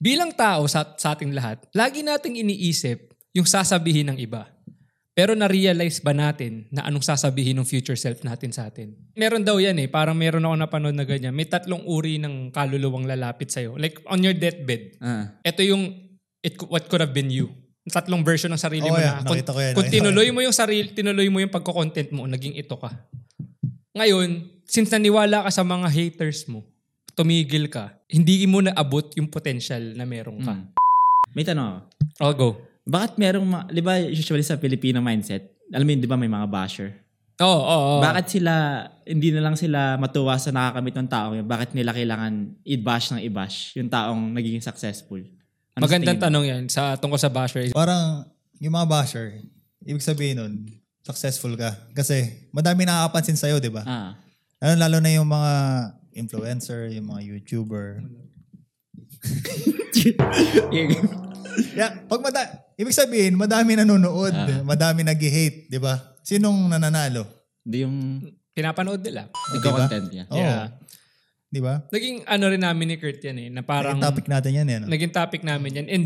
Bilang tao sa, sa ating lahat, lagi nating iniisip yung sasabihin ng iba. Pero na-realize ba natin na anong sasabihin ng future self natin sa atin? Meron daw yan eh. Parang meron ako napanood na ganyan. May tatlong uri ng kaluluwang lalapit sa'yo. Like on your deathbed. Ah. Ito yung it, cou- what could have been you. Tatlong version ng sarili mo Oo na. yan, Kung, nakita ko yan, kung nakita ko tinuloy mo yung sarili, tinuloy mo yung pagko-content mo, naging ito ka. Ngayon, since naniwala ka sa mga haters mo, tumigil ka, hindi mo naabot yung potential na meron ka. Mm. May tanong ako. I'll go. Bakit merong, ma- di ba usually sa Filipino mindset, alam mo yun, di ba may mga basher? Oo, oo, oo. Bakit sila, hindi na lang sila matuwa sa nakakamit ng tao yun? Bakit nila kailangan i-bash ng i-bash yung taong nagiging successful? Ano sa Magandang tingin mo? tanong yan sa tungkol sa basher. Parang yung mga basher, ibig sabihin nun, successful ka. Kasi madami nakakapansin sa'yo, di ba? Ah. Lalo, lalo na yung mga influencer, yung mga YouTuber. Yeah, pag mada- ibig sabihin, madami nanonood, Ah. madami nag-hate, di ba? Sinong nananalo? Di yung, Pinapanood nila. di ko content niya. Oo. Yeah. Di ba? Naging ano rin namin ni Kurt yan eh, na parang... Yung topic natin yan, eh, yan. naging topic namin yan. And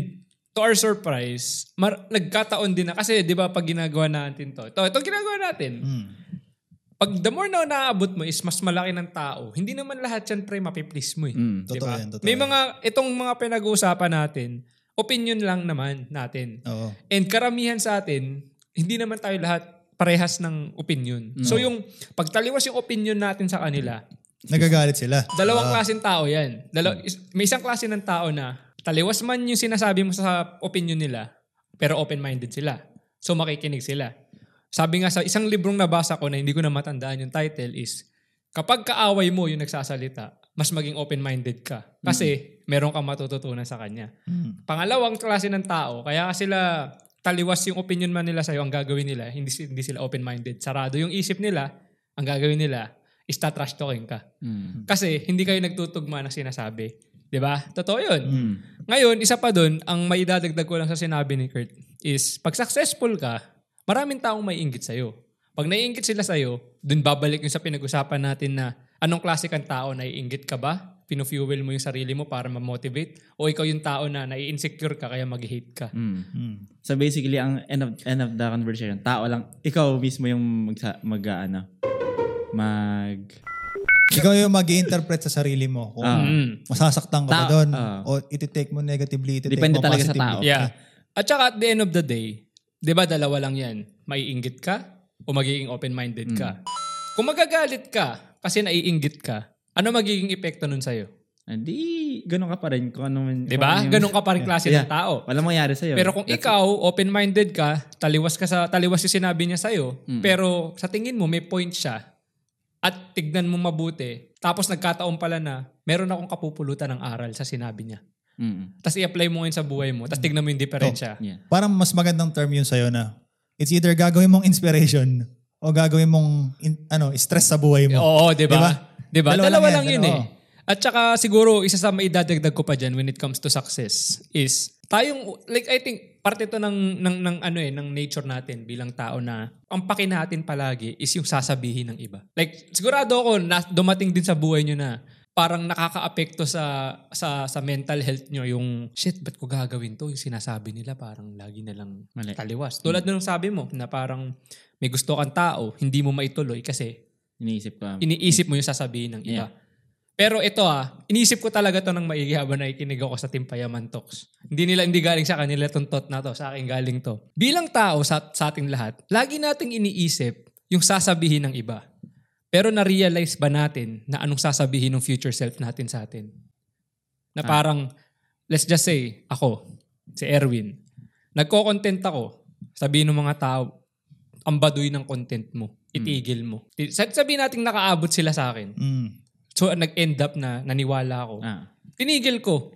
to our surprise, mar- nagkataon din na. Kasi di ba pag ginagawa natin to, ito, ito ginagawa natin. Mm. Pag the more na naaabot mo is mas malaki ng tao, hindi naman lahat yan pre mapiplease mo eh. Mm. Di Totoo ba? yan, totoo May yan. mga, itong mga pinag-uusapan natin, opinion lang naman natin. Oo. And karamihan sa atin, hindi naman tayo lahat parehas ng opinion. So yung pagtaliwas yung opinion natin sa kanila, Nagagalit sila. Dalawang klaseng tao yan. Dalaw- is- may isang klase ng tao na taliwas man yung sinasabi mo sa opinion nila, pero open-minded sila. So makikinig sila. Sabi nga sa isang librong nabasa ko na hindi ko na matandaan yung title is, kapag kaaway mo yung nagsasalita, mas maging open-minded ka. Kasi meron kang matututunan sa kanya. Mm. Pangalawang klase ng tao, kaya sila taliwas yung opinion man nila sa'yo, ang gagawin nila, hindi, si- hindi sila open-minded. Sarado yung isip nila, ang gagawin nila is trash talking ka. Mm. Kasi hindi kayo nagtutugma ng sinasabi. 'Di ba? Totoo yun. Mm. Ngayon, isa pa dun, ang maidadagdag ko lang sa sinabi ni Kurt is, pag successful ka, maraming taong may inggit sa'yo. Pag naiinggit sila sa'yo, dun babalik yung sa pinag-usapan natin na anong klase kang tao, naiinggit ka ba? Pinufuel mo yung sarili mo para ma-motivate? O ikaw yung tao na nai-insecure ka kaya mag-hate ka? Mm. Mm. So basically, ang end of, end of the conversation, tao lang, ikaw mismo yung mag, mag ano, mag, Ikaw yung mag interpret sa sarili mo kung Ah. Mm. masasaktan ka ba Ta- doon ah. o iti-take mo negatively, iti-take Depende mo talaga sa positively. tao. Yeah. At saka at the end of the day, 'di ba dalawa lang 'yan. Maiinggit ka o magiging open-minded ka. Kung magagalit ka kasi naiinggit ka, ano magiging epekto nun sa'yo? hindi, ah, ganun ka pa rin kung ano man. 'Di ba? kung ano yung- Ganun ka pa rin klase Yeah. ng tao. Walang mangyari sa'yo. Pero kung That's ikaw open-minded ka, taliwas ka sa taliwas 'yung sinabi niya sa'yo, pero sa tingin mo may point siya at tignan mo mabuti. Tapos nagkataon pala na meron akong kapupulutan ng aral sa sinabi niya. it. Mm. Tapos i-apply mo ngayon sa buhay mo. Tapos tignan mo yung diferensya. Yeah. Parang mas magandang term yun sa'yo na it's either gagawin mong inspiration o gagawin mong in- ano stress sa buhay mo. Oo, di Diba? ba? Di ba? Dalawa Dalawa, lang lang yun yan, dalawa. eh. At saka siguro, isa sa maidadagdag ko pa dyan when it comes to success is tayong, like I think, parte to ng, ng, ng ano eh, ng nature natin bilang tao na ang paki natin palagi is yung sasabihin ng iba. Like, sigurado ako, na, dumating din sa buhay nyo na parang nakakaapekto sa sa sa mental health nyo yung shit ba't ko gagawin to yung sinasabi nila parang lagi na lang Mali. taliwas tulad na Hmm. nung sabi mo na parang may gusto kang tao hindi mo maituloy kasi Iniisip ko. um, iniisip mo yung sasabihin ng iba. Yeah. Pero ito ah, iniisip ko talaga to ng maigi habang nakikinig ako sa Timpayaman Talks. Hindi nila hindi galing sa kanila tong thought na to, sa akin galing to. Bilang tao sa, sa ating lahat, lagi nating iniisip yung sasabihin ng iba. Pero na-realize ba natin na anong sasabihin ng future self natin sa atin? Na parang, let's just say, ako, si Erwin, nagko-content ako, sabihin ng mga tao, ang baduy ng content mo, itigil mo. Ti- sa- Sabihin natin nakaabot sila sa akin. Mm. So nag-end up na naniwala ako. Ah. Tinigil ko.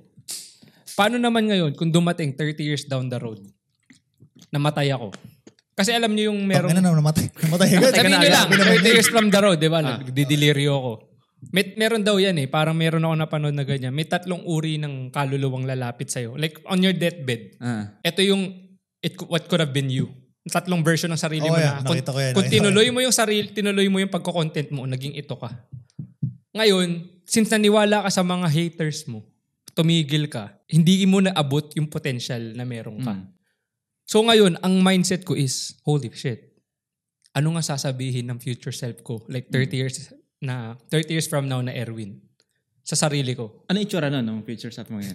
Paano naman ngayon kung dumating 30 years down the road, namatay ako? Kasi alam niyo yung Meron merong... na namatay. Namatay agad. Sabihin nyo lang, Ah. Sabi naman 30 yun. years from the road, di ba? Nagdidelirio ako. May, meron daw yan eh. Parang meron ako napanood na ganyan. May tatlong uri ng kaluluwang lalapit sa'yo. Like on your deathbed. Ah. Ito yung it, what could have been you. Tatlong version ng sarili Oo mo na. yan, Kung, nakita ko yan, kung nakita ko tinuloy mo yung sarili, tinuloy mo yung pagko-content mo, naging ito ka. Ngayon, since naniwala ka sa mga haters mo, tumigil ka, hindi mo naabot yung potential na meron Mm. ka. ah. So ngayon, ang mindset ko is, holy shit, ano nga sasabihin ng future self ko? Like 30 Mm. years na 30 years from now na Erwin sa sarili ko. Ano itsura nun, ng future sa mo yan?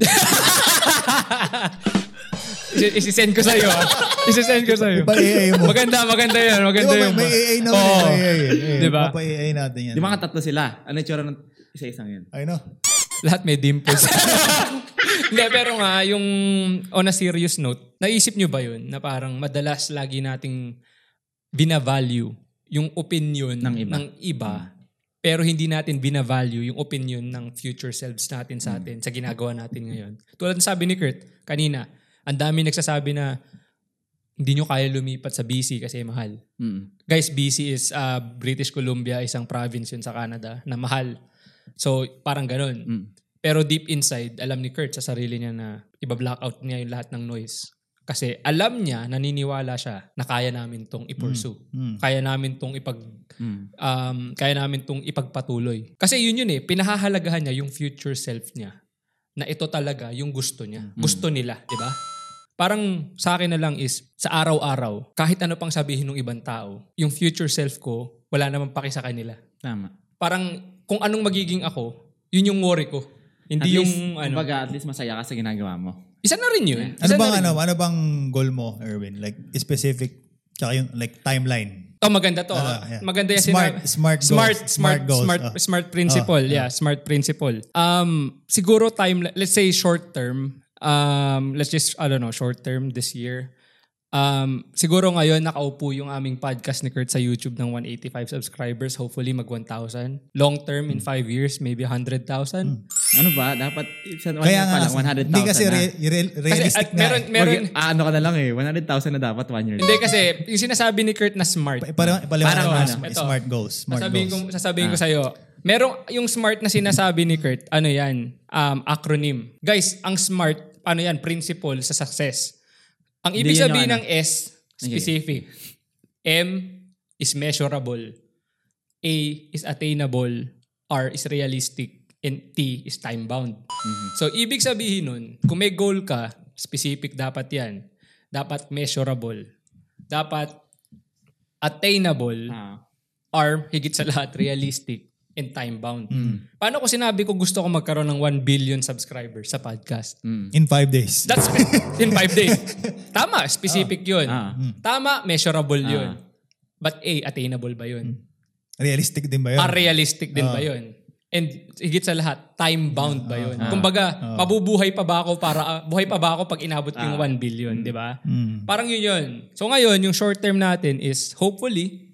Isi- Isisend ko sa'yo. ah. Isisend ko sa'yo. Iba i mo. Maganda, maganda yan. Maganda Di ba, yun. may, may AA na Oo. oh. AA. Eh. Diba? Papa-AA natin yan. Di ba katatlo sila? Ano itsura ng isa-isang yan? Ay, no. Lahat may dimples. Hindi, pero nga, yung on a serious note, naisip nyo ba yun na parang madalas lagi nating binavalue yung opinion Ng iba. iba, pero hindi natin binavalue yung opinion ng future selves natin Hmm. sa atin, sa ginagawa natin ngayon. Tulad ng sabi ni Kurt kanina, ang dami nagsasabi na hindi nyo kaya lumipat sa BC kasi mahal. Mm. Guys, BC is uh, British Columbia, isang province yun sa Canada na mahal. So, parang ganun. Mm. Pero deep inside, alam ni Kurt sa sarili niya na iba-blackout niya yung lahat ng noise. Kasi alam niya, naniniwala siya na kaya namin tong i-pursue. Mm. Kaya namin tong ipag Mm. um, kaya namin tong ipagpatuloy. Kasi yun yun eh, pinahahalagahan niya yung future self niya na ito talaga yung gusto niya. Gusto nila, di ba? Parang sa akin na lang is, sa araw-araw, kahit ano pang sabihin ng ibang tao, yung future self ko, wala namang paki sa kanila Tama. parang kung anong magiging ako, yun yung worry ko. Hindi at yung least, ano. Kumbaga, at least masaya ka sa ginagawa mo. isa na rin yun. Ano Isa na bang rin ano, yun. ano bang goal mo, Erwin? Like specific tsaka yung like timeline. Oh, maganda to. ah. Ah, yeah. Maganda yan. sinabi. Smart- smart goals. Smart, smart, Smart smart, goals, smart, ah. principle. yeah, smart principle. Um, siguro time, let's say short term. Um, let's just, I don't know, short term this year. Um, siguro ngayon nakaupo yung aming podcast ni Kurt sa YouTube ng 185 subscribers. Hopefully mag 1,000. Long term, Hmm. in 5 years, maybe 100,000. Ano ba? Dapat, sa one Kaya year nga, pa lang, 100,000 hindi kasi na. re- re- Kasi realistic at na. eh. meron, meron, Wag- ah, ano ka na lang eh, 100,000 na dapat one year. Hindi kasi, yung sinasabi ni Kurt na smart, Pa- Parang ipaliwanag Parang mo ano, smart, ito. smart goals. Smart sasabihin ko, goals. sasabihin Ah. ko sa'yo, merong, yung smart na sinasabi ni Kurt, ano yan, um, acronym. Guys, ang smart, ano yan, principle sa success. Ang ibig Hindi yun yung sabihin ano. ng S, specific. M is measurable. A is attainable. R is realistic. And T is time-bound. Mhm. So, ibig sabihin nun, kung may goal ka, specific dapat yan. Dapat measurable. Dapat attainable Ah. are higit sa lahat realistic and time-bound. Mm. Paano ko sinabi ko gusto ko magkaroon ng 1 billion subscribers sa podcast? Mm. In five days. That's in 5 days. Tama, specific yun. Ah. Tama, measurable yun. But A, attainable ba yun? realistic din ba yun? Ah. Are realistic din ba yun? And higit sa lahat, time-bound ba yun? Ah. Kumbaga, Ah. mabubuhay pa ba ako para, ah, buhay pa ba ako pag inabot ko Ah. yung 1 billion, di ba? Hmm. Parang yun yun. So ngayon, yung short term natin is hopefully,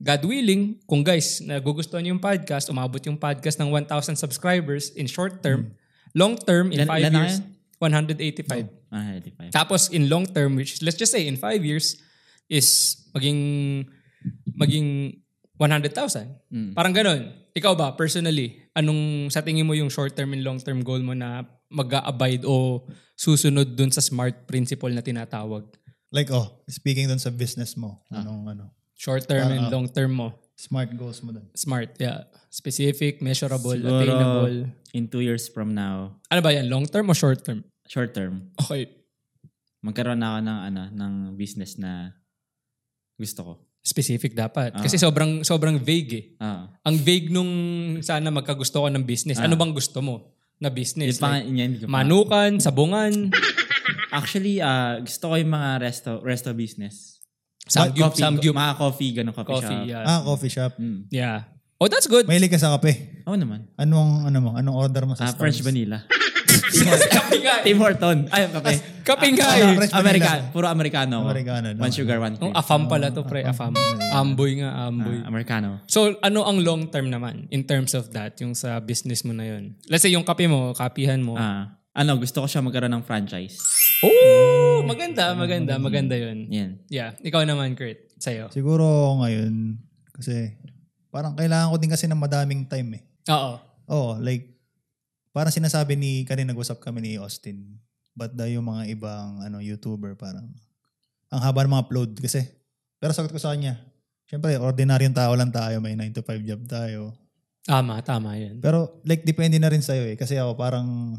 God willing, kung guys, nagugustuhan niyo yung podcast, umabot yung podcast ng 1,000 subscribers in short term, Hmm. long term, in Ilan- 5 ilan na years, 185. 185. Tapos in long term, which is, let's just say in 5 years, is maging maging 100,000. Parang ganun. Ikaw ba, personally, anong sa tingin mo yung short term and long term goal mo na mag abide o susunod dun sa smart principle na tinatawag? Like, oh, speaking dun sa business mo, Ah. anong ano, Short term and long term mo. smart goals mo dun. Smart, yeah. Specific, measurable, Siguro, attainable. in two years from now, Ano ba yan? Long term o short term? short term, Okay. magkaroon na ako ng, ano, ng business na gusto ko. Specific dapat. Kasi sobrang sobrang vague eh. Ah. Ang vague nung sana magkagusto ko ng business. Ano bang gusto mo na Yung business? pang, Like, yan, hindi ko Ah. pa- manukan, sabungan, Actually, ah, gusto ko yung mga resto, resto business. samgyup, Coffee, samgyup, Mga coffee, ganun coffee, coffee. shop. Yeah. Ah, coffee shop. Mm. yeah. Oh, that's good. Mahilig ka sa kape. Oo naman. Anong ano mo? Anong order mo Ah, sa French Starbucks? vanilla. Kape nga eh. Tim Horton. Ay, kape. Kape nga Ah, eh. French vanilla. American. Puro Americano. ako. Americano, no? One sugar, one Oh, cream. afam pala to, pre. Afam. Amboy nga, amboy. Ah, Americano. So, ano ang long term naman in terms of that, yung sa business mo na yun? Let's say yung kape mo, kapihan mo. Ah, ano, gusto ko siya magkaroon ng franchise. Oh, Hmm. maganda, maganda, maganda yun. Yan. Yeah, ikaw naman, Kurt, sa'yo. Siguro ngayon, kasi parang kailangan ko din kasi ng madaming time eh. Oo. Oo, like, parang sinasabi ni, kanina nag-usap kami ni Austin, but daw yung mga ibang ano YouTuber parang, ang haba ng mga upload kasi. Pero sagot ko sa kanya, syempre, ordinaryong tao lang tayo, may 9 to 5 job tayo. Tama, tama yun. Pero like, depende na rin sa'yo eh. Kasi ako parang,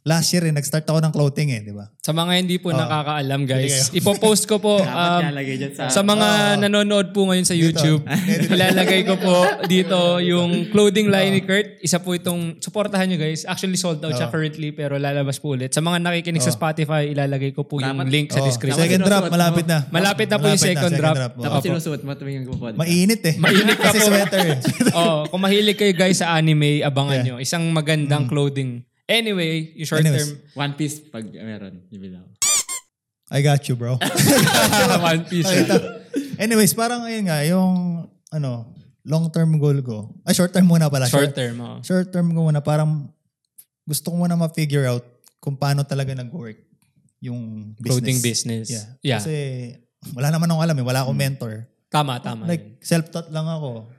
Last year eh, nag-start ako ng clothing eh, di ba? Sa mga hindi po Oo. nakakaalam guys, Hindi ipopost ko po Dapat um, nalagay dyan sa... sa mga Oo. nanonood po ngayon sa Ah. Dito. YouTube. Dito. Ilalagay ko po dito yung clothing line ni Kurt. Isa po itong, supportahan nyo guys. Actually sold out siya Oo. currently pero lalabas po ulit. Sa mga nakikinig sa Oo. Spotify, ilalagay ko po yung Dapat- link sa Oo. description. Oh. Second drop, Dapat malapit na. Malapit na po yung second drop. oo. Dapat- Tapos sinusuot mo tuwing nagpo-podcast. Mainit eh. Mainit ka Kasi po. sweater eh. oh, kung mahilig kayo guys sa anime, abangan nyo. Yeah. Mm. Isang magandang clothing. Anyway, yung short Anyways. term, One piece pag meron. Yung bilaw. I got you, bro. One Piece. eh. Nakita. Anyways, parang ayun nga, yung ano, long-term goal ko. Ay, short-term muna pala. Short term, oh. Short-term ko muna, parang gusto ko muna ma-figure out kung paano talaga nag-work yung business. Clothing business. Yeah. Yeah. Mm. Kasi wala naman akong alam eh. Wala akong mentor. tama, tama. yun. Like, self-taught lang ako.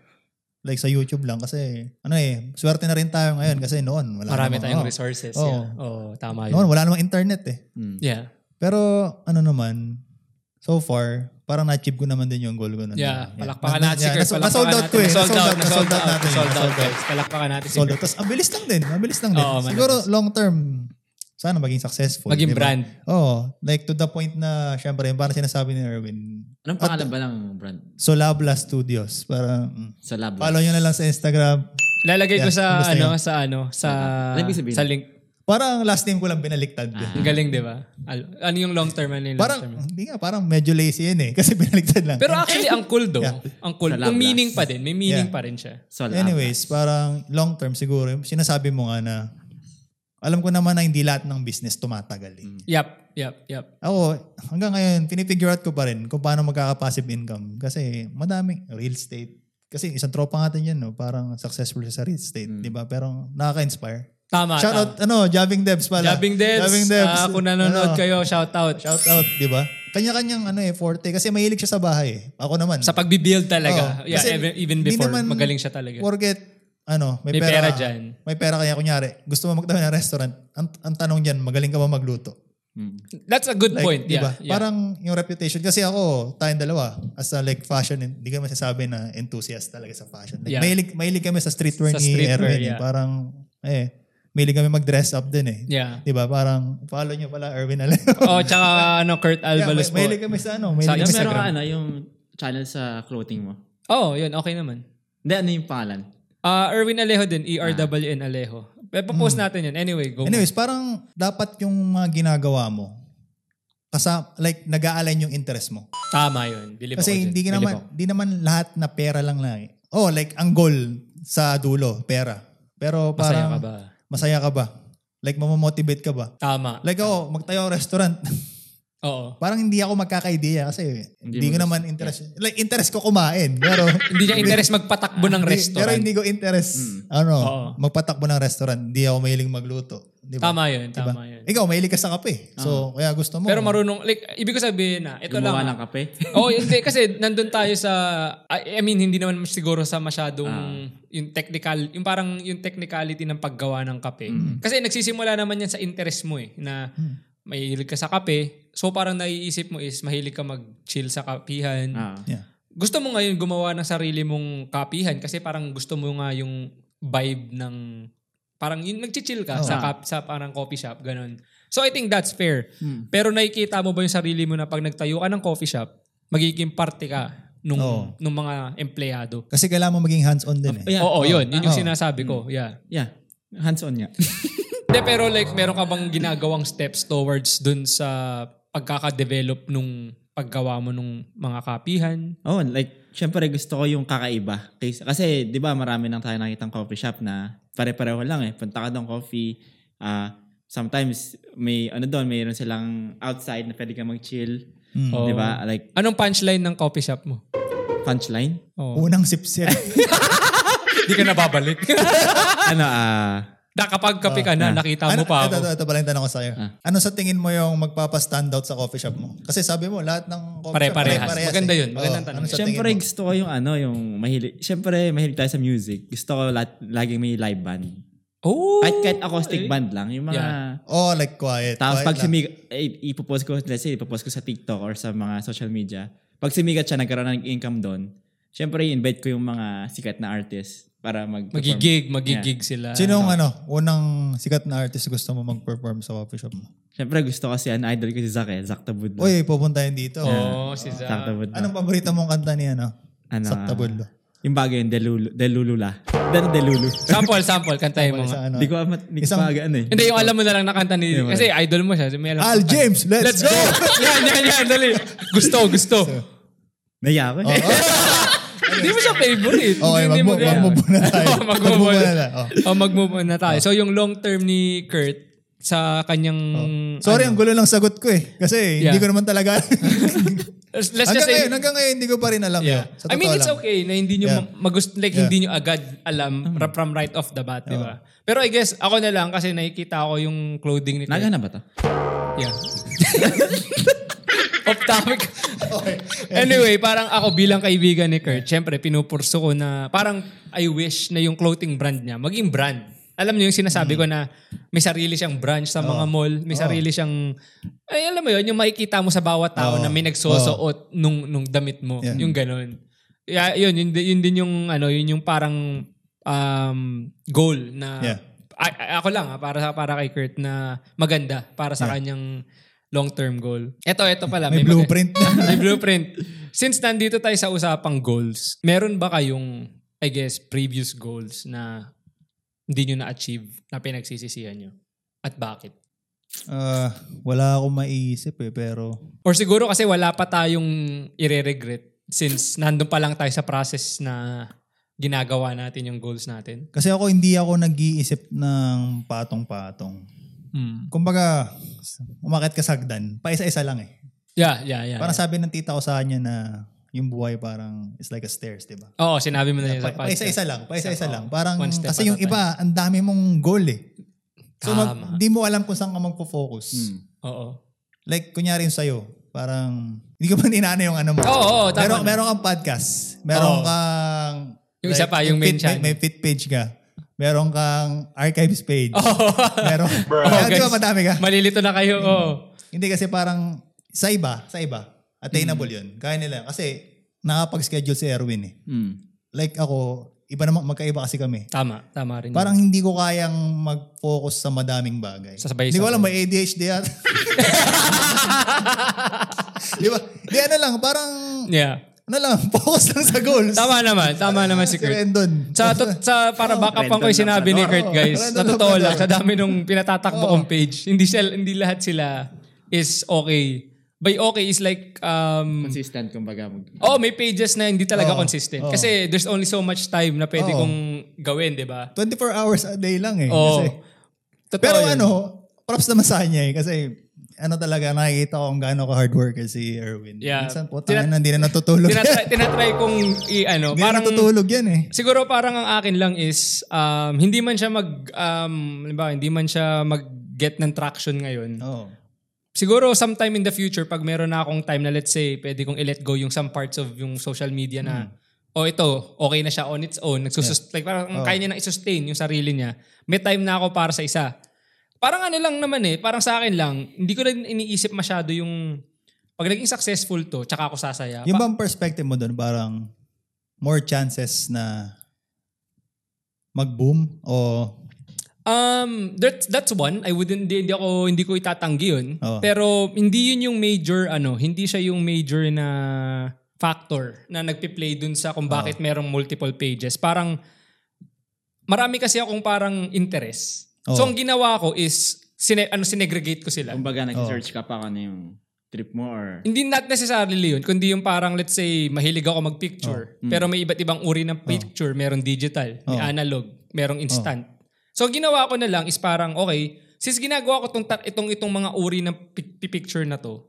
Like sa YouTube lang kasi ano eh, swerte na rin tayo ngayon kasi noon wala Marami namang- tayong oh. resources. Oo. Yeah. Oh, tama yun. Noon wala namang internet eh. Yeah. Pero ano naman, so far, parang na-achieve ko naman din yung goal ko. Nun. Yeah, palakpakan Na- natin si yeah, Kurt. nas- palakpakan Ano Na-sold out ko eh. natin. Sold out, na-sold out natin. Sold out, na-sold out. guys. Palakpakan natin si Sold out. Kurt. Tapos, ang bilis lang din. Ang bilis lang din. Oo, mabilis. Siguro, long term, sana maging successful. Maging di ba? brand. Oo. like, to the point na, syempre, yung parang sinasabi ni Erwin, Anong pangalan ba ng brand? Solabla Studios. Parang, mm. Sa lab. follow nyo na lang sa Instagram. Lalagay ko Yeah, sa gusto ano, yun. sa ano, sa Ano ibig sabihin? sa link. Parang last name ko lang binaliktad. Ang galing, 'di ba? Al- Ano yung long term ano yung long Parang, term? hindi nga, parang medyo lazy yun eh. Kasi binaliktad lang. Pero actually ang cool do, Yeah. ang cool. Sa Kung Lablas. meaning pa din, may meaning Yeah. pa rin siya. Sa lab. Anyways, parang long term siguro, yung sinasabi mo nga na, alam ko naman na hindi lahat ng business tumatagal. Eh. Yep, yep, yep. Ako, hanggang ngayon, pinifigure out ko pa rin kung paano magkaka-passive income. Kasi madaming real estate. Kasi isang tropa natin yan, no? parang successful siya sa real estate, di ba? Pero nakaka-inspire. Mm. Ah, Tama. shout out, ano, Jabbing Debs pala. Jabbing Devs. Jabbing ah, kung nanonood Ano, kayo, shout out. Shout out, di ba? Kanya-kanyang ano eh, forte. Kasi mahilig siya sa bahay. eh. Ako naman. Sa pagbibuild talaga. Oo. yeah, Oh, Kasi even, even hindi before, naman magaling siya talaga. Forget, ano, may, May pera pera, dyan. May pera kaya kunyari, gusto mo magtabi ng restaurant, ang, ang tanong dyan, magaling ka ba magluto? Hmm. That's a good Like, point. di ba? Yeah, yeah. Parang yung reputation, kasi ako, tayong dalawa, as a like fashion, hindi ka masasabi na enthusiast talaga sa fashion. Like, Yeah. mahilig, mahilig kami sa Sa streetwear ni streetwear, Erwin. eh. yeah. Parang, eh, mahilig kami mag-dress up din eh. yeah. Di ba? Parang, follow nyo pala Erwin Aleo. Oh, tsaka ano, Kurt yeah, Albalos may- mahilig po. kami sa ano, Sa mahilig Yung kami sa meron Instagram. ka ano, yung channel sa clothing mo. Oh, yun, okay naman. Hindi, ano yung pangalan? Ah, Erwin Alejo din, ERWN Alejo. Papost Hmm. natin yun. Anyway, go. Anyways, parang dapat yung mga ginagawa mo, kasa, like, nag-align yung interest mo. Tama yun. Bilib ako Kasi dyan. hindi Bilib naman, ako. hindi naman lahat na pera lang lang. eh. Oh, like ang goal sa dulo, pera. Pero Masaya parang ka ba? Masaya ka ba? Like mamomotivate ka ba? Tama. Like ako, magtayo ng restaurant. Oo. parang hindi ako magkaka-idea kasi hindi, mo ko naman interest. Like interest ko kumain, pero Hindi niya interest magpatakbo ng hindi- Pero restaurant. Hmm. hindi ko interest ano, Oo. magpatakbo ng restaurant. Hindi ako mahiling magluto, di ba? Tama yun, Diba? tama yun. Ikaw, mahilig ka sa kape. So, kaya gusto mo. Pero marunong, like, ibig ko sabihin na, ito Gumawa lang. ng kape. oh, hindi kasi nandun tayo sa I I mean hindi naman siguro sa masyadong yung technical, yung parang yung technicality ng paggawa ng kape. Kasi nagsisimula naman yan sa interest mo eh na mahilig ka sa kape. So parang naiisip mo is mahilig ka mag-chill sa kapihan. Ah. yeah. Gusto mo ngayon gumawa ng sarili mong kapihan kasi parang gusto mo nga yung vibe ng parang yung nagchichill ka Oo. sa kap, sa parang coffee shop ganun. So I think that's fair. Hmm. Pero nakikita mo ba yung sarili mo na pag nagtayo ka ng coffee shop, magiging parte ka nung Oo. nung mga empleyado. Kasi kailangan mo maging hands-on din eh. Yeah. Oo, yun. Yun yung Oo. sinasabi ko. Yeah. Yeah. Hands-on nga. De, pero like, meron ka bang ginagawang steps towards dun sa pagkakadevelop nung paggawa mo nung mga kapihan? Oo, oh, like, syempre gusto ko yung kakaiba. Kasi, kasi di ba, marami nang tayo nakitang coffee shop na pare-pareho lang eh. Punta ka doon coffee, ah, sometimes may ano doon, mayroon silang outside na pwede ka mag-chill. Mm. Oo. Hmm, Di ba? Like, Anong punchline ng coffee shop mo? punchline. Oo. Unang sip-sip. Hindi ka nababalik. ano, ah, Na kapag kape ka na, nakita mo ano, pa ako. ito, Ah. Ito, ito pala yung tanong ko sa'yo. Ano sa tingin mo yung magpapa-standout sa coffee shop mo? Kasi sabi mo, lahat ng coffee shop Pare-parehas. Maganda yun. Oo, Magandang tanong ano yun. sa tingin syempre mo? gusto ko yung ano, yung mahilig. Syempre, mahilig tayo sa music. Gusto ko lat, laging may live band. Oh! Kahit, kahit acoustic band lang. Yung mga... Yeah. Oh, like quiet. Tapos quiet pag lang. sumigat, ipopost ko, let's say, ipopost ko sa TikTok or sa mga social media. Pag sumigat siya, nagkaroon ng income doon. Siyempre, i-invite ko yung mga sikat na artist. para mag Magigig, magigig sila. Sinong ano, unang sikat na artist gusto mo mag-perform sa coffee shop mo? Siyempre gusto kasi an idol ko si Zac eh. Zac Tabudlo. Uy, ano? pupuntahin dito. Oo, Oh, si Zac. Zac Tabudlo. Anong paborito mong kanta ni ano? Ano, ah, Saktabudlo. Yung bago yun, Delulu, Delulula. Del, Delulu. Sample, sample. Kantahin mo. nga. Sa ano? Hindi ko amat, hindi ko Isang- maaga ano eh. Hindi, yung alam mo na lang na kanta ni... Kasi idol mo siya. so May alam Al James, Ah, Let's let's, go! yan, yan, yan. Dali. Gusto, gusto. Naya ako. Oh. eh. Hindi mo siya favorite. Okay, Hindi mo mag-mo- kaya. mag-move na tayo. Oo, mag-move Mag-move on. na tayo. Oh. Oh, mag-move on na tayo. So, yung long term ni Kurt sa kanyang... Sorry, ang gulo lang sagot ko eh. Kasi Ano? Yeah. hindi ko naman talaga. Let's just hanggang say... ngayon, hanggang ngayon, hindi ko pa rin alam. Yeah. yo. Sa I mean, totoo it's lang. okay na hindi nyo Yeah. ma- magust- like hindi nyo agad alam ra- from right off the bat, di ba? Pero I guess ako na lang kasi nakikita ko yung clothing ni Kurt. Naga na ba to? Yeah. off topic. anyway, parang ako bilang kaibigan ni Kurt, syempre pinupurso ko na parang I wish na yung clothing brand niya maging brand. Alam niyo yung sinasabi ko na may sarili siyang branch sa mga mall, may sarili siyang ay alam mo yun, yung makikita mo sa bawat tao Oo. na may nagsusuot nung nung damit mo, Yeah. yung ganun. Yeah, yun, yun, di- yun din yung ano, yun yung parang um, goal na Yeah. A- a- ako lang ha, para para kay Kurt na maganda para sa kanyang long-term goal. Ito, ito pala. May mag- blueprint. may blueprint. Since nandito tayo sa usapang goals, meron ba kayong, I guess, previous goals na hindi nyo na-achieve, na pinagsisisihan nyo? At bakit? Ah, wala akong maisip eh, pero... Or siguro kasi wala pa tayong ire-regret since nandun pa lang tayo sa process na ginagawa natin yung goals natin. Kasi ako, hindi ako nag-iisip ng patong-patong. Hmm. Kumbaga, umakit ka sa hagdan, paisa-isa lang eh. Yeah, yeah, yeah. Parang sabi ng tita ko sa kanya na yung buhay parang it's like a stairs, di ba? Oo, sinabi mo na yun sa Pa, podcast. paisa-isa lang, paisa-isa Oo. lang. Parang One step kasi at a yung time. iba, ang dami mong goal eh. So Tama. mag, di mo alam kung saan ka magpo-focus. Oo. Like kunyari yung sa'yo, parang hindi ka pa inaano yung ano mo. Oo, oo, tama Meron, na. meron kang podcast. Meron Oo. kang... Yung isa pa, yung main fit, may, channel. may fit page ka. Meron kang archives page. Oh. Meron. Bro. Ah, di Guys. ba madami ka? Malilito na kayo. Oo. Hindi kasi parang sa iba, sa iba, attainable Mm. yun. Kaya nila. Kasi nakapag-schedule si Erwin eh. Mm. Like ako, iba naman, magkaiba kasi kami. Tama. Tama rin. Parang hindi ko kayang mag-focus sa madaming bagay. Sasabay- Hindi ko alam, sabay. may ADHD yata. di ba? Di ano lang, parang, yeah. ano lang, focus lang sa goals. Tama naman. Tama naman si Si Kurt. Rendon. Sa, to, sa para Oh, backup up ko yung sinabi ni Kurt guys. Random Sa lang Oh. totoo pala. lang, sa dami nung pinatatakbo kong page, hindi, siya, hindi lahat sila is okay. By okay is like, um, Consistent kumbaga. Mag- oh may pages na hindi talaga Oo, consistent. oo. Kasi there's only so much time na pwede Oo. kong gawin, di ba? 24 hours a day lang eh. Oo. Kasi, Totoo pero Oh. yun. ano, props naman sa kanya eh. Kasi, ano talaga, nakikita ko kung gaano ka hard worker si Erwin. Yeah. Minsan po, Tinat- na, hindi na natutulog. tinatry, tinatry kong i-ano. Hindi na Parang, natutulog yan eh. Siguro parang ang akin lang is um, hindi man siya mag um, halimbawa, hindi man siya mag get ng traction ngayon. Oo. Siguro sometime in the future pag meron na akong time na let's say pwede kong i-let go yung some parts of yung social media na oh ito okay na siya on its own nagsusust like parang kaya niya na i-sustain yung sarili niya. May time na ako para sa isa. Parang ano lang naman eh, parang sa akin lang, hindi ko na iniisip masyado yung pag naging successful to, tsaka ako sasaya. Yung bang perspective mo doon, parang more chances na mag-boom o Um, that's that's one. I wouldn't hindi, hindi ako hindi ko itatanggi 'yun. Oo. Pero hindi 'yun yung major ano, hindi siya yung major na factor na nagpi-play dun sa kung bakit merong multiple pages. Parang marami kasi akong parang interest. So Oo. ang ginawa ko is sine, ano sinegregate ko sila. kumbaga nag-search ka Oh. pa kung ano yung trip mo or... Hindi not necessarily yun, kundi yung parang let's say mahilig ako magpicture, pero may iba't ibang uri ng picture, merong digital, may Oh. analog, merong instant. So ginawa ko na lang is parang okay, since ginagawa ko tong tat- itong itong mga uri ng pic- picture na to,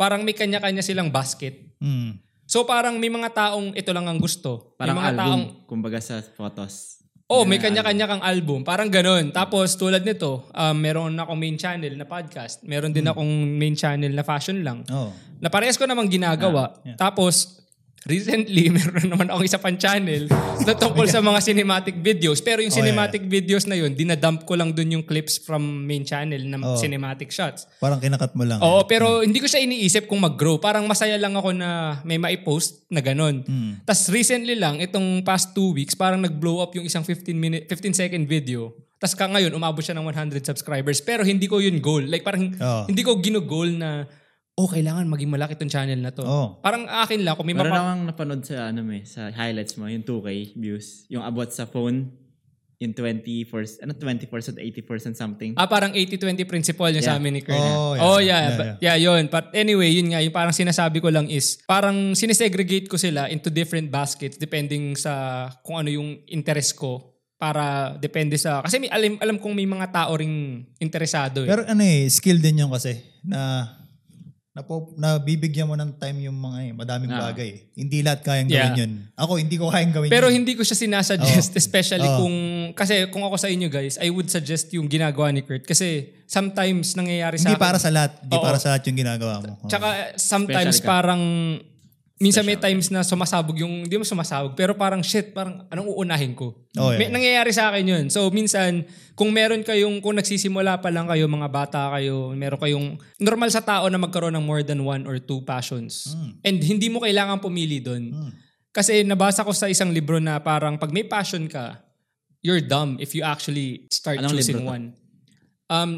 parang may kanya-kanya silang basket. mm, So parang may mga taong ito lang ang gusto, Parang may mga album. taong Kumbaga sa photos. Oh, may Yan ang kanya-kanya kang album. Parang ganun. Tapos tulad nito, um, meron akong main channel na podcast. Meron din akong main channel na fashion lang oo. na parehas ko namang ginagawa. Tapos, recently, meron na naman akong isa pang channel na tungkol sa mga cinematic videos. Pero yung Oh, yeah, cinematic videos na yun, dinadump ko lang dun yung clips from main channel ng Oh. cinematic shots. Parang kinakat mo lang. Oo, pero hindi ko siya iniisip kung mag-grow. Parang masaya lang ako na may maipost na ganun. Mm. Tapos recently lang, itong past two weeks, parang nag-blow up yung isang 15 minute, 15 second video. Tapos ka ngayon, umabot siya ng 100 subscribers. Pero hindi ko yun goal. Like parang Oo. hindi ko ginugol na, oh, kailangan maging malaki tong channel na to. Oo. Parang akin lang, kung may Meron mapa- akong napanood sa ano mo eh, sa highlights mo, yung 2K views. Yung about sa phone, yung 20%, ano 20%, 80% something. Ah, parang 80-20 principle yung sa Yeah. amin ni Kernel. Oh, yeah. Oh, yeah. Yeah, But- yeah, yun. But anyway, yun nga. Yung parang sinasabi ko lang is, parang sinesegregate ko sila into different baskets depending sa kung ano yung interest ko para depende sa... Kasi may, alam, alam kong may mga tao ring interesado. Eh. Pero ano eh, skill din yun kasi na na, nabibigyan mo ng time yung mga eh, madaming Ah. bagay. eh. Hindi lahat kayang Yeah. gawin yun. Ako, hindi ko kayang gawin Pero yun. hindi ko siya sinasuggest, Oo. especially Oo. kung... Kasi kung ako sa inyo guys, I would suggest yung ginagawa ni Kurt. Kasi sometimes nangyayari sa Hindi akin- para sa lahat. Hindi Oo. para sa lahat yung ginagawa mo. Oo. Tsaka sometimes Special ka. parang minsan may Special. times na sumasabog yung hindi mo sumasabog pero parang shit parang anong uunahin ko. Oh, yeah. May- nangyayari sa akin 'yun. So minsan kung meron kayong kung nagsisimula pa lang kayo mga bata kayo, meron kayong normal sa tao na magkaroon ng more than one or two passions. Mm. And hindi mo kailangan pumili doon. Hmm. Kasi nabasa ko sa isang libro na parang pag may passion ka, you're dumb if you actually start Anong choosing libro to? one. Um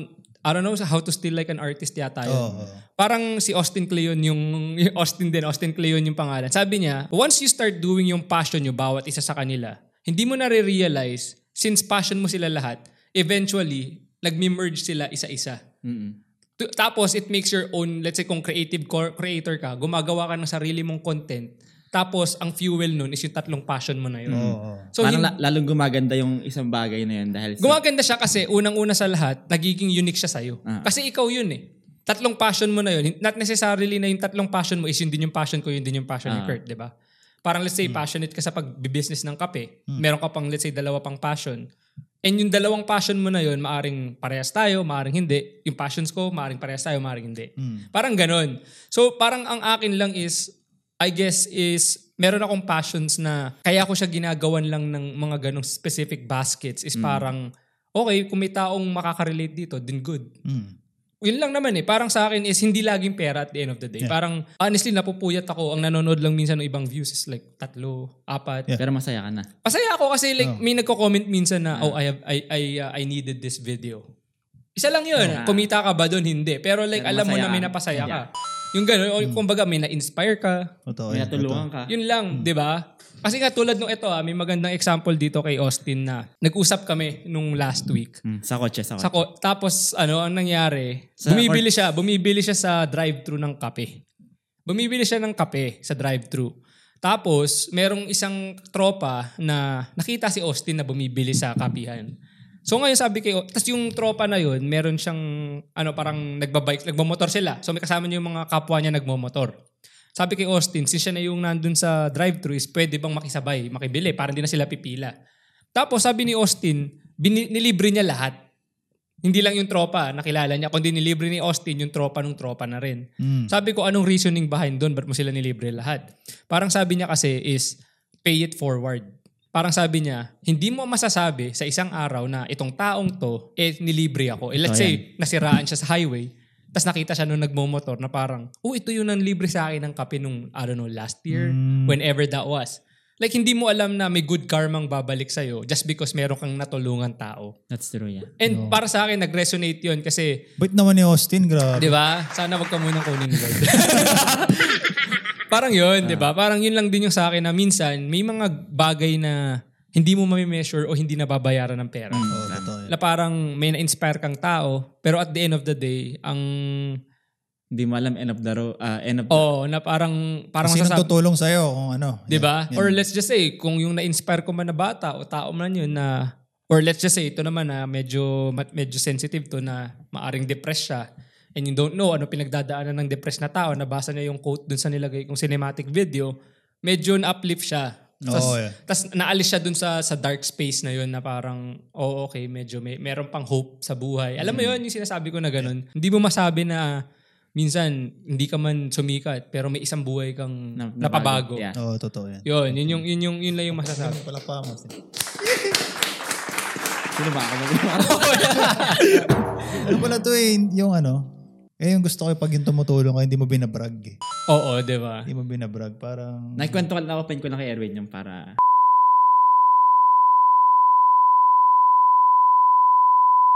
I don't know how to steal like an artist yata yun. Oo, oo. Parang si Austin Cleon yung, yung Austin din, Austin Cleon yung pangalan. Sabi niya, once you start doing yung passion nyo bawat isa sa kanila, hindi mo nare-realize, since passion mo sila lahat, eventually, nagme-merge sila isa-isa. Mm-mm. Tu- Tapos, it makes your own, let's say kung creative cor- creator ka, gumagawa ka ng sarili mong content, tapos ang fuel nun is yung tatlong passion mo na yun. Oo, oo. So, Parang hin- la- lalong gumaganda yung isang bagay na yun dahil sa... Gumaganda siya kasi unang-una sa lahat, nagiging unique siya sa'yo. Ah. Kasi ikaw yun eh. Tatlong passion mo na yun. Not necessarily na yung tatlong passion mo is yun din yung passion ko, yun din yung passion ni Ah. Hmm. Kurt, di ba? Parang let's say passionate ka sa pag-business ng kape. Meron ka pang let's say dalawa pang passion. And yung dalawang passion mo na yun, maaring parehas tayo, maaring hindi. Yung passions ko, maaring parehas tayo, maaring hindi. Hmm. Parang ganun. So parang ang akin lang is, I guess is, meron akong passions na kaya ko siya ginagawan lang ng mga ganong specific baskets is Mm. parang, okay, kung may taong makakarelate dito, then good. Hmm. Yun lang naman eh. Parang sa akin is hindi laging pera at the end of the day. Yeah. Parang honestly, napupuyat ako. Ang nanonood lang minsan ng ibang views is like tatlo, apat. Yeah. Pero masaya ka na. Pasaya ako kasi like Oh. may nagko-comment minsan na oh I have I I uh, I needed this video. Isa lang 'yun. Ah. Kumita ka ba doon? Hindi. Pero like Pero alam mo masaya na may ka. napasaya Yeah. Mm. ka. Yung gano'n, o kumbaga may na-inspire ka. Oh, Totoo May yan, natulungan ka. Yun lang, 'di ba? Kasi nga tulad nung ito, ah, may magandang example dito kay Austin na nag-usap kami nung last week. Mm, sa kotse, sa kotse. Sa ko- tapos ano ang nangyari? Sa- bumibili siya, bumibili siya sa drive-thru ng kape. Bumibili siya ng kape sa drive-thru. Tapos merong isang tropa na nakita si Austin na bumibili sa kapihan. So ngayon sabi kay tapos yung tropa na yun, meron siyang ano parang nagbabike, nagmamotor sila. So may kasama niya yung mga kapwa niya nagmamotor. Sabi kay Austin, since siya na yung nandun sa drive-thru is pwede bang makisabay, makibili, para hindi na sila pipila. Tapos sabi ni Austin, bini- nilibre niya lahat. Hindi lang yung tropa, nakilala niya, kundi nilibre ni Austin yung tropa nung tropa na rin. Hmm. Sabi ko, anong reasoning behind doon? Ba't mo sila nilibre lahat? Parang sabi niya kasi is, pay it forward. Parang sabi niya, hindi mo masasabi sa isang araw na itong taong to, eh, nilibre ako. Eh, let's Oh, say, nasiraan siya sa highway, tapos nakita siya nung nagmumotor na parang, oh, ito yung nanlibre sa akin ng kape nung, I don't know, last year, Hmm. whenever that was. Like, hindi mo alam na may good karmang babalik sa'yo just because meron kang natulungan tao. That's true, yeah. And para sa akin, nag-resonate yun kasi Bait naman ni Austin, grabe. Di ba? Sana wag ka munang kunin Lord. Parang yun, di ba? Parang yun lang din yung sa akin na minsan may mga bagay na hindi mo mamimeasure o hindi nababayaran ng pera. Mm. Oo, totoo yan. Na parang may na-inspire kang tao, pero at the end of the day, ang... Hindi mo alam, end of the road, ah, end of Oh, na parang... parang Kasi masasab- tutulong sa'yo kung ano. Di ba? Yan, yan. Or let's just say, kung yung na-inspire ko man na bata o tao man yun na, or let's just say, ito naman na medyo, ma- medyo sensitive to na maaring depressed siya. And you don't know ano pinagdadaanan ng depressed na tao. Nabasa niya yung quote dun sa nilagay kong cinematic video. Medyo na-uplift siya. Tapos, Oh, Oo, yeah. tas naalis siya dun sa, sa dark space na yun na parang, oh Mm. okay, medyo may, meron pang hope sa buhay. Alam mo yun, yung sinasabi ko na ganun. Hindi mo masabi na minsan hindi ka man sumikat pero may isang buhay kang Na- napabago. Yeah. Oo, totoo yan. Yun, yun yung yun yung yun lang yung masasabi. Pala pa, Austin. Sino ba ako? Ano pala to eh, yung ano, eh yung gusto ko eh, pag yung tumutulong ka, hindi mo binabrag eh. Oo, 'di ba? Hindi mo binabrag, parang... Nagkwento ko na open ko lang kay Erwin yung para